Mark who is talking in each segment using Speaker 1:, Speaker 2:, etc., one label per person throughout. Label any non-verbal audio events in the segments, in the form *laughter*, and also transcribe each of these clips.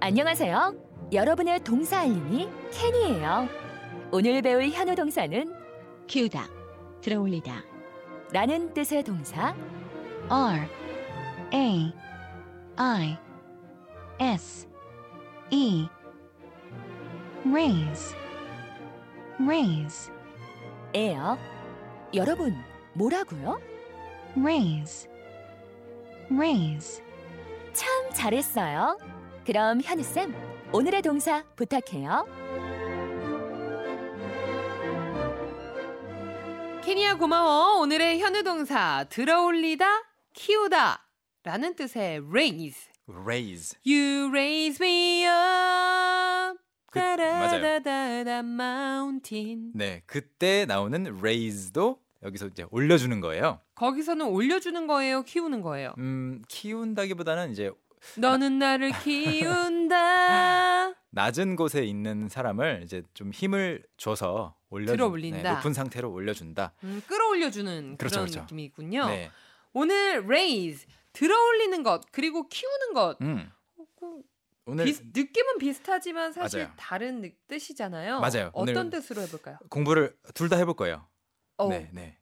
Speaker 1: 안녕하세요. 여러분의 동사 알림이 캔이에요. 오늘 배울 현우 동사는
Speaker 2: 키우다, 들어올리다,
Speaker 1: 라는 뜻의 동사
Speaker 2: R, A, I, S, E, raise, raise,
Speaker 1: 에요. 여러분, 뭐라고요?
Speaker 2: raise, raise.
Speaker 1: 참 잘했어요. 그럼 현우쌤, 오늘의 동사 부탁해요.
Speaker 3: 케니야 고마워. 오늘의 현우 동사 들어올리다, 키우다 라는 뜻의 raise.
Speaker 4: raise.
Speaker 3: You raise me up.
Speaker 4: 그- 맞아요.
Speaker 3: 따라다다다 mountain.
Speaker 4: 네, 그때 나오는 raise도 여기서 이제 올려주는 거예요.
Speaker 3: 거기서는 올려주는 거예요, 키우는 거예요.
Speaker 4: 음, 키운다기보다는 이제
Speaker 3: 너는 나를
Speaker 4: *laughs*
Speaker 3: 키운다.
Speaker 4: 낮은 곳에 있는 사람을 이제 좀 힘을 줘서 올려
Speaker 3: 들어올린다.
Speaker 4: 높은 상태로 올려준다.
Speaker 3: 음, 끌어올려주는 그
Speaker 4: 그렇죠,
Speaker 3: 런
Speaker 4: 그렇죠.
Speaker 3: 느낌이군요.
Speaker 4: 네,
Speaker 3: 오늘 raise 들어올리는 것 그리고 키우는 것
Speaker 4: 음,
Speaker 3: 그
Speaker 4: 오늘
Speaker 3: 비슷- 느낌은 비슷하지만 사실
Speaker 4: 네. 맞아요.
Speaker 3: 다른 느- 뜻이잖아요.
Speaker 4: 맞아요.
Speaker 3: 어떤
Speaker 4: 오늘-
Speaker 3: 뜻으로 해볼까요?
Speaker 4: 공부를 둘 다 해볼 거예요.
Speaker 3: 어,
Speaker 4: 네, 네,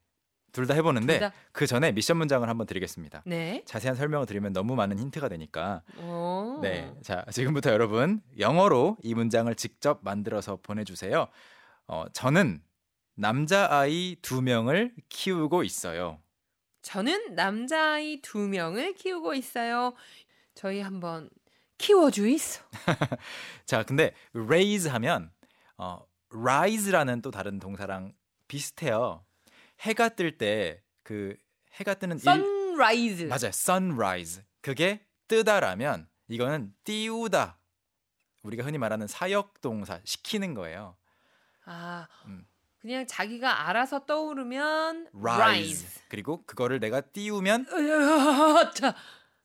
Speaker 4: 둘 다 해보는데
Speaker 3: 둘 다.
Speaker 4: 그 전에 미션 문장을 한번 드리겠습니다.
Speaker 3: 네.
Speaker 4: 자세한 설명을 드리면 너무 많은 힌트가 되니까
Speaker 3: 어.
Speaker 4: 네. 자, 지금부터 여러분 영어로 이 문장을 직접 만들어서 보내주세요. 어, 저는 남자아이 두 명을 키우고 있어요.
Speaker 3: 저는 남자아이 두 명을 키우고 있어요. 저희 한번 키워주이소.
Speaker 4: 자, 근데 raise 하면 어, rise라는 또 다른 동사랑 비슷해요. 해가 뜰 때 그 해가 뜨는 일,
Speaker 3: 선라이즈.
Speaker 4: 맞아요. sunrise. 그게 뜨다라면 이거는 띄우다. 우리가 흔히 말하는 사역 동사 시키는 거예요.
Speaker 3: 아,
Speaker 4: 음.
Speaker 3: 그냥 자기가 알아서 떠오르면
Speaker 4: rise.
Speaker 3: rise. *laughs*
Speaker 4: 그리고 그거를 내가 띄우면
Speaker 3: 으아, 자,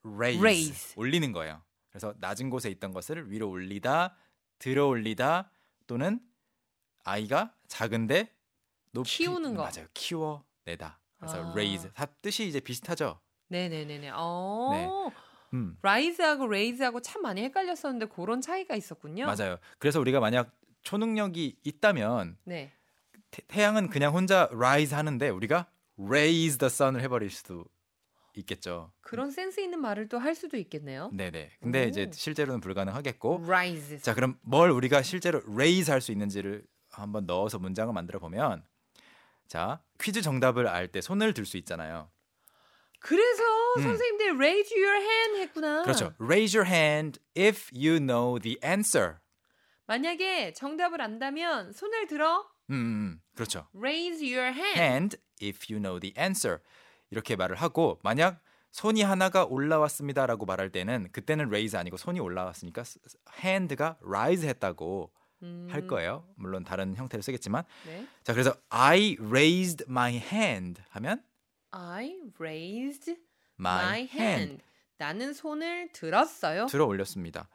Speaker 4: raise,
Speaker 3: raise.
Speaker 4: 올리는 거예요. 그래서 낮은 곳에 있던 것을 위로 올리다, 들어 올리다 또는 아이가 작은데 높이
Speaker 3: 키우는 거.
Speaker 4: 맞아요. 키워 내다. 그래서
Speaker 3: 아.
Speaker 4: raise 다 뜻이 이제 비슷하죠.
Speaker 3: 네네네네. 어.
Speaker 4: 음.
Speaker 3: 라이즈하고 레이즈하고 참 많이 헷갈렸었는데 그런 차이가 있었군요.
Speaker 4: 맞아요. 그래서 우리가 만약 초능력이 있다면
Speaker 3: 네.
Speaker 4: 태, 태양은 그냥 혼자 rise 하는데 우리가 raise the sun을 해버릴 수도 있겠죠.
Speaker 3: 그런 센스 있는 말을 또 할 수도 있겠네요.
Speaker 4: 네네. 근데
Speaker 3: 오.
Speaker 4: 이제 실제로는 불가능하겠고
Speaker 3: 라이즈.
Speaker 4: 음. 자 그럼 뭘 우리가 실제로 레이즈 할 수 있는지를 한번 넣어서 문장을 만들어 보면 자 퀴즈 정답을 알 때 손을 들 수 있잖아요.
Speaker 3: 그래서
Speaker 4: 음.
Speaker 3: 선생님들 raise your hand 했구나.
Speaker 4: 그렇죠. Raise your hand if you know the answer.
Speaker 3: 만약에 정답을 안다면 손을 들어
Speaker 4: 음, 음 그렇죠.
Speaker 3: raise your hand.
Speaker 4: Hand if you know the answer 이렇게 말을 하고 만약 손이 하나가 올라왔습니다라고 말할 때는 그때는 raise 아니고 손이 올라왔으니까 hand가 rise 했다고
Speaker 3: 음,
Speaker 4: 할 거예요. 물론 다른 형태를 쓰겠지만
Speaker 3: 네.
Speaker 4: 자 그래서 I raised my hand 하면
Speaker 3: I raised
Speaker 4: my,
Speaker 3: my, hand. 나는 손을 들었어요.
Speaker 4: 들어 올렸습니다.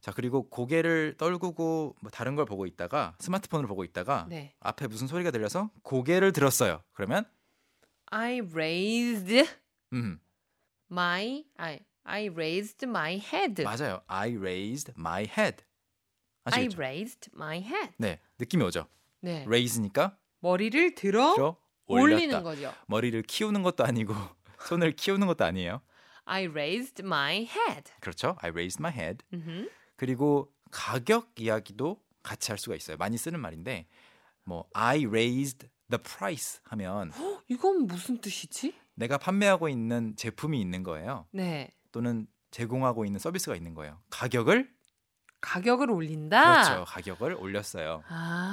Speaker 4: 자 그리고 고개를 떨구고 뭐 다른 걸 보고 있다가 스마트폰을 보고 있다가
Speaker 3: 네.
Speaker 4: 앞에 무슨 소리가 들려서 고개를 들었어요. 그러면
Speaker 3: I raised
Speaker 4: 음
Speaker 3: my I I raised my head.
Speaker 4: 맞아요. I raised my head.
Speaker 3: 네. I
Speaker 4: 아시겠죠? 그렇죠.
Speaker 3: raised my head.
Speaker 4: 네 느낌이 오죠.
Speaker 3: 네.
Speaker 4: raise니까
Speaker 3: 머리를 들어
Speaker 4: 들어 올렸다.
Speaker 3: 올리는 거죠.
Speaker 4: 머리를 키우는 것도 아니고 *laughs* 손을 키우는 것도 아니에요.
Speaker 3: I raised my head.
Speaker 4: 그렇죠? I raised my head.
Speaker 3: 음흠.
Speaker 4: 그리고 가격 이야기도 같이 할 수가 있어요. 많이 쓰는 말인데 뭐 I raised the price 하면
Speaker 3: 어, 이건 무슨 뜻이지?
Speaker 4: 내가 판매하고 있는 제품이 있는 거예요.
Speaker 3: 네.
Speaker 4: 또는 제공하고 있는 서비스가 있는 거예요. 가격을
Speaker 3: 가격을 올린다.
Speaker 4: 그렇죠. 가격을 올렸어요.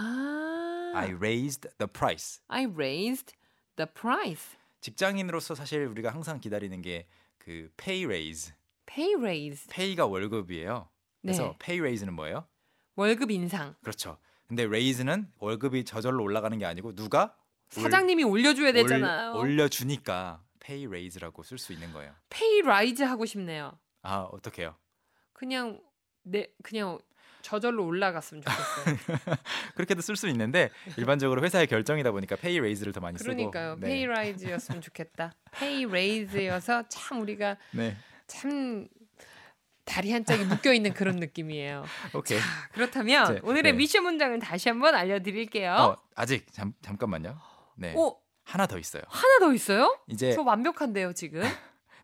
Speaker 3: 아.
Speaker 4: I raised the price.
Speaker 3: I raised the price.
Speaker 4: 직장인으로서 사실 우리가 항상 기다리는 게 그 pay raise.
Speaker 3: Pay raise.
Speaker 4: pay가 월급이에요.
Speaker 3: 네.
Speaker 4: 그래서 pay raise는 뭐예요?
Speaker 3: 월급 인상.
Speaker 4: 그렇죠. 근데 raise는 월급이 저절로 올라가는 게 아니고 누가 올-
Speaker 3: 사장님이 올려줘야
Speaker 4: 올-
Speaker 3: 되잖아요.
Speaker 4: 올려주니까 pay raise라고 쓸 수 있는 거예요.
Speaker 3: Pay rise 하고 싶네요.
Speaker 4: 아 어떡해요?
Speaker 3: 그냥 내 그냥 저절로
Speaker 4: *laughs*
Speaker 3: 올라갔으면 좋겠어요.
Speaker 4: 그렇게도 쓸 수 있는데 일반적으로 회사의 결정이다 보니까 pay raise를 더 많이
Speaker 3: 그러니까요.
Speaker 4: 쓰고. 네.
Speaker 3: Pay rise였으면 좋겠다. Pay raise여서 참 우리가
Speaker 4: 네.
Speaker 3: 참 다리 한짝이 묶여 있는 그런 느낌이에요.
Speaker 4: 오케이.
Speaker 3: 그렇다면
Speaker 4: 이제, 네.
Speaker 3: 오늘의 미션 문장을 다시 한번 알려드릴게요.
Speaker 4: 어, 아직 잠, 잠깐만요. 네.
Speaker 3: 오
Speaker 4: 하나 더 있어요.
Speaker 3: 하나 더 있어요?
Speaker 4: 이제
Speaker 3: 저
Speaker 4: *laughs*
Speaker 3: 완벽한데요 지금.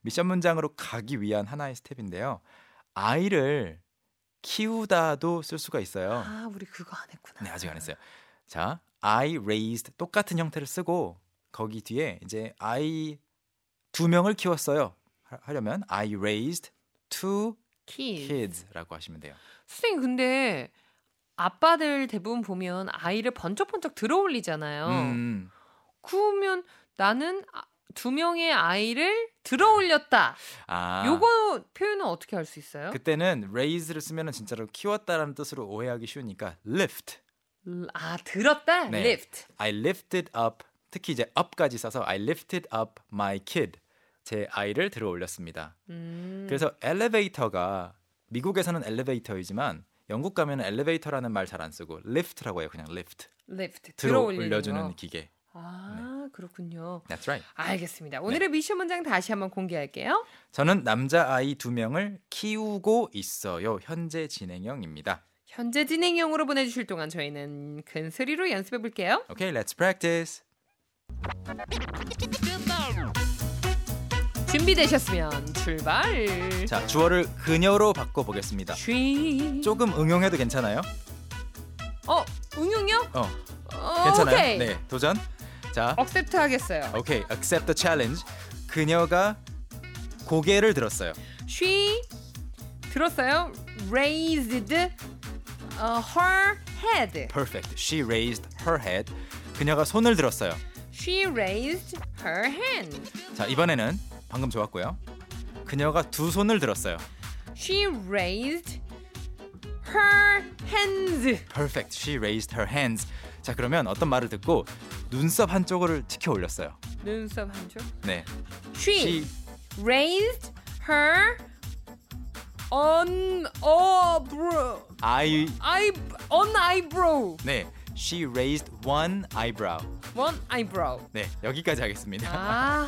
Speaker 4: 미션 문장으로 가기 위한 하나의 스텝인데요. 아이를 키우다도 쓸 수가 있어요.
Speaker 3: 아 우리 그거 안 했구나.
Speaker 4: 네, 아직 안 했어요. 자, I raised 똑같은 형태를 쓰고 거기 뒤에 이제 I 두 명을 키웠어요. 하- 하려면 I raised two
Speaker 3: 키.
Speaker 4: kids라고 하시면 돼요.
Speaker 3: 선생님 근데 아빠들 대부분 보면 아이를 번쩍번쩍 들어올리잖아요.
Speaker 4: 음,
Speaker 3: 그러면 나는 아- 두 명의 아이를 들어올렸다.
Speaker 4: 아,
Speaker 3: 요거 표현은 어떻게 할 수 있어요?
Speaker 4: 그때는 raise를 쓰면은 진짜로 키웠다라는 뜻으로 오해하기 쉬우니까 lift.
Speaker 3: 음, 아 들었다.
Speaker 4: 네.
Speaker 3: lift.
Speaker 4: I lifted up. 특히 이제 up까지 써서 I lifted up my kid. 제 아이를 들어 올렸습니다.
Speaker 3: 음.
Speaker 4: 그래서 엘리베이터가 미국에서는 엘리베이터이지만 영국 가면 엘리베이터라는 말 잘 안 쓰고 lift라고 해요. 그냥 lift.
Speaker 3: lift
Speaker 4: 들어
Speaker 3: 들어올리는
Speaker 4: 올려주는 네.
Speaker 3: 거.
Speaker 4: 기계.
Speaker 3: 아 그렇군요.
Speaker 4: That's right. 네.
Speaker 3: 알겠습니다. 오늘의 미션 문장 다시 한번 공개할게요.
Speaker 4: 저는 남자 아이 두 명을 키우고 있어요. 현재 진행형입니다.
Speaker 3: 현재 진행형으로 보내주실 동안 저희는 큰 소리로 연습해 볼게요.
Speaker 4: Okay, let's practice.
Speaker 3: 준비되셨으면 출발.
Speaker 4: 자, 주어를 그녀로 바꿔 보겠습니다.
Speaker 3: 쉬.
Speaker 4: 조금 응용해도 괜찮아요?
Speaker 3: 어 응용요?
Speaker 4: 어,
Speaker 3: 어,
Speaker 4: 괜찮아요.
Speaker 3: 오케이.
Speaker 4: 네, 도전. 자,
Speaker 3: 억셉트 하겠어요.
Speaker 4: 오케이, accept the challenge. 그녀가 고개를 들었어요.
Speaker 3: She 들었어요? Raised 어, her head.
Speaker 4: Perfect. She raised her head. 그녀가 손을 들었어요.
Speaker 3: She raised her hand.
Speaker 4: 자, 이번에는 방금 좋았고요. 그녀가 두 손을 들었어요.
Speaker 3: She raised her hands.
Speaker 4: Perfect. She raised her hands. 자, 그러면 어떤 말을 듣고 눈썹 한쪽을 치켜 올렸어요.
Speaker 3: 눈썹 한 줄.
Speaker 4: 네.
Speaker 3: She
Speaker 4: She
Speaker 3: raised her on eyebrow.
Speaker 4: I
Speaker 3: I on eyebrow.
Speaker 4: 네. She raised one eyebrow.
Speaker 3: One eyebrow.
Speaker 4: 네. 여기까지 하겠습니다.
Speaker 3: 아.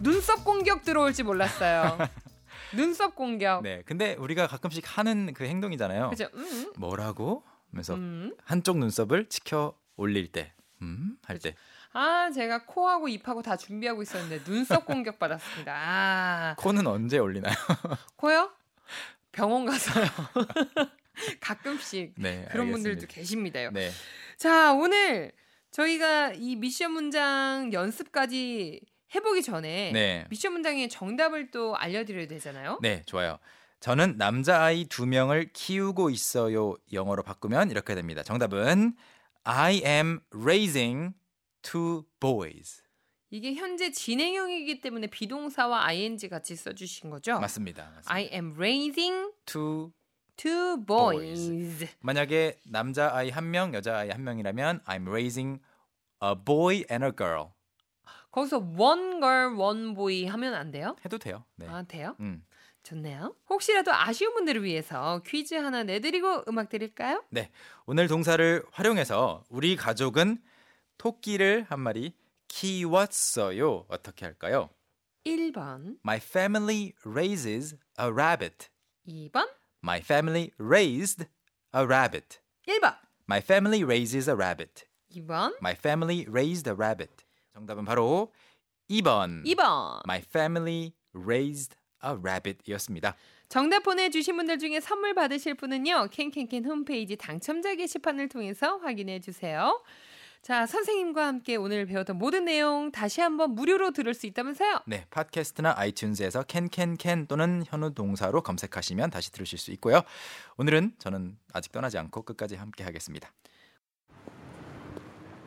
Speaker 3: 눈썹 공격 들어올지
Speaker 4: *laughs*
Speaker 3: 몰랐어요. 눈썹 공격.
Speaker 4: 네. 근데 우리가 가끔씩 하는 그 행동이잖아요.
Speaker 3: 그죠? 음.
Speaker 4: 뭐라고? 하면서
Speaker 3: 음.
Speaker 4: 한쪽 눈썹을 치켜 올릴 때. 음, 할 때.
Speaker 3: 아, 제가 코하고 입하고 다 준비하고 있었는데 눈썹 공격 받았습니다. 아,
Speaker 4: 코는 언제 올리나요?
Speaker 3: 코요? 병원 가서요. *laughs* 가끔씩
Speaker 4: *laughs* 네.
Speaker 3: 그런 분들도
Speaker 4: 알겠습니다.
Speaker 3: 계십니다요.
Speaker 4: 네.
Speaker 3: 자, 오늘 저희가 이 미션 문장 연습까지 해보기 전에
Speaker 4: 네.
Speaker 3: 미션 문장의 정답을 또 알려드려야 되잖아요.
Speaker 4: 네, 좋아요. 저는 남자아이 두 명을 키우고 있어요. 영어로 바꾸면 이렇게 됩니다. 정답은 I am raising two boys.
Speaker 3: 이게 현재 진행형이기 때문에 비동사와 ing 같이 써주신 거죠?
Speaker 4: 맞습니다. 맞습니다.
Speaker 3: 어. I am raising
Speaker 4: two
Speaker 3: two
Speaker 4: boys.
Speaker 3: boys.
Speaker 4: 만약에 남자아이 한 명, 여자아이 한 명이라면 I'm raising a boy and a girl.
Speaker 3: 거기서 one girl, one boy 하면 안 돼요?
Speaker 4: 해도 돼요. 네.
Speaker 3: 아, 돼요?
Speaker 4: 음.
Speaker 3: 좋네요. 혹시라도 아쉬운 분들을 위해서 퀴즈 하나 내드리고 음악 드릴까요?
Speaker 4: 네, 오늘 동사를 활용해서 우리 가족은 토끼를 한 마리 키웠어요. 어떻게 할까요?
Speaker 3: 1번,
Speaker 4: My family raises a rabbit.
Speaker 3: 2번,
Speaker 4: My family raised a rabbit.
Speaker 3: 1번,
Speaker 4: My family raises a rabbit.
Speaker 3: 2번,
Speaker 4: My family raised a rabbit. 정답은 바로 2번.
Speaker 3: 2번.
Speaker 4: My family raised a rabbit이었습니다.
Speaker 3: 정답 보내주신 분들 중에 선물 받으실 분은요. 캔캔캔 홈페이지 당첨자 게시판을 통해서 확인해 주세요. 자, 선생님과 함께 오늘 배웠던 모든 내용 다시 한번 무료로 들을 수 있다면서요.
Speaker 4: 네, 팟캐스트나 아이튠즈에서 캔캔캔 또는 현우 동사로 검색하시면 다시 들으실 수 있고요. 오늘은 저는 아직 떠나지 않고 끝까지 함께 하겠습니다.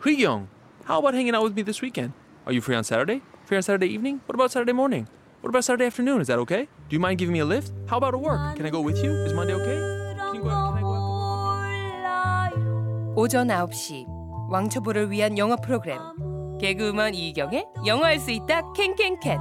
Speaker 5: Young, how about hanging out with me this weekend? Are you free on Saturday? Free on Saturday evening? What about Saturday morning? What about Saturday afternoon? Is that okay? Do you mind giving me a lift? How about a work? Can I go with you? Is Monday okay? Can you go out? Can I go out?
Speaker 6: 오전 9시 왕초보를 위한 영어 프로그램 개그우먼 이경의 영어할 수 있다 캔캔캔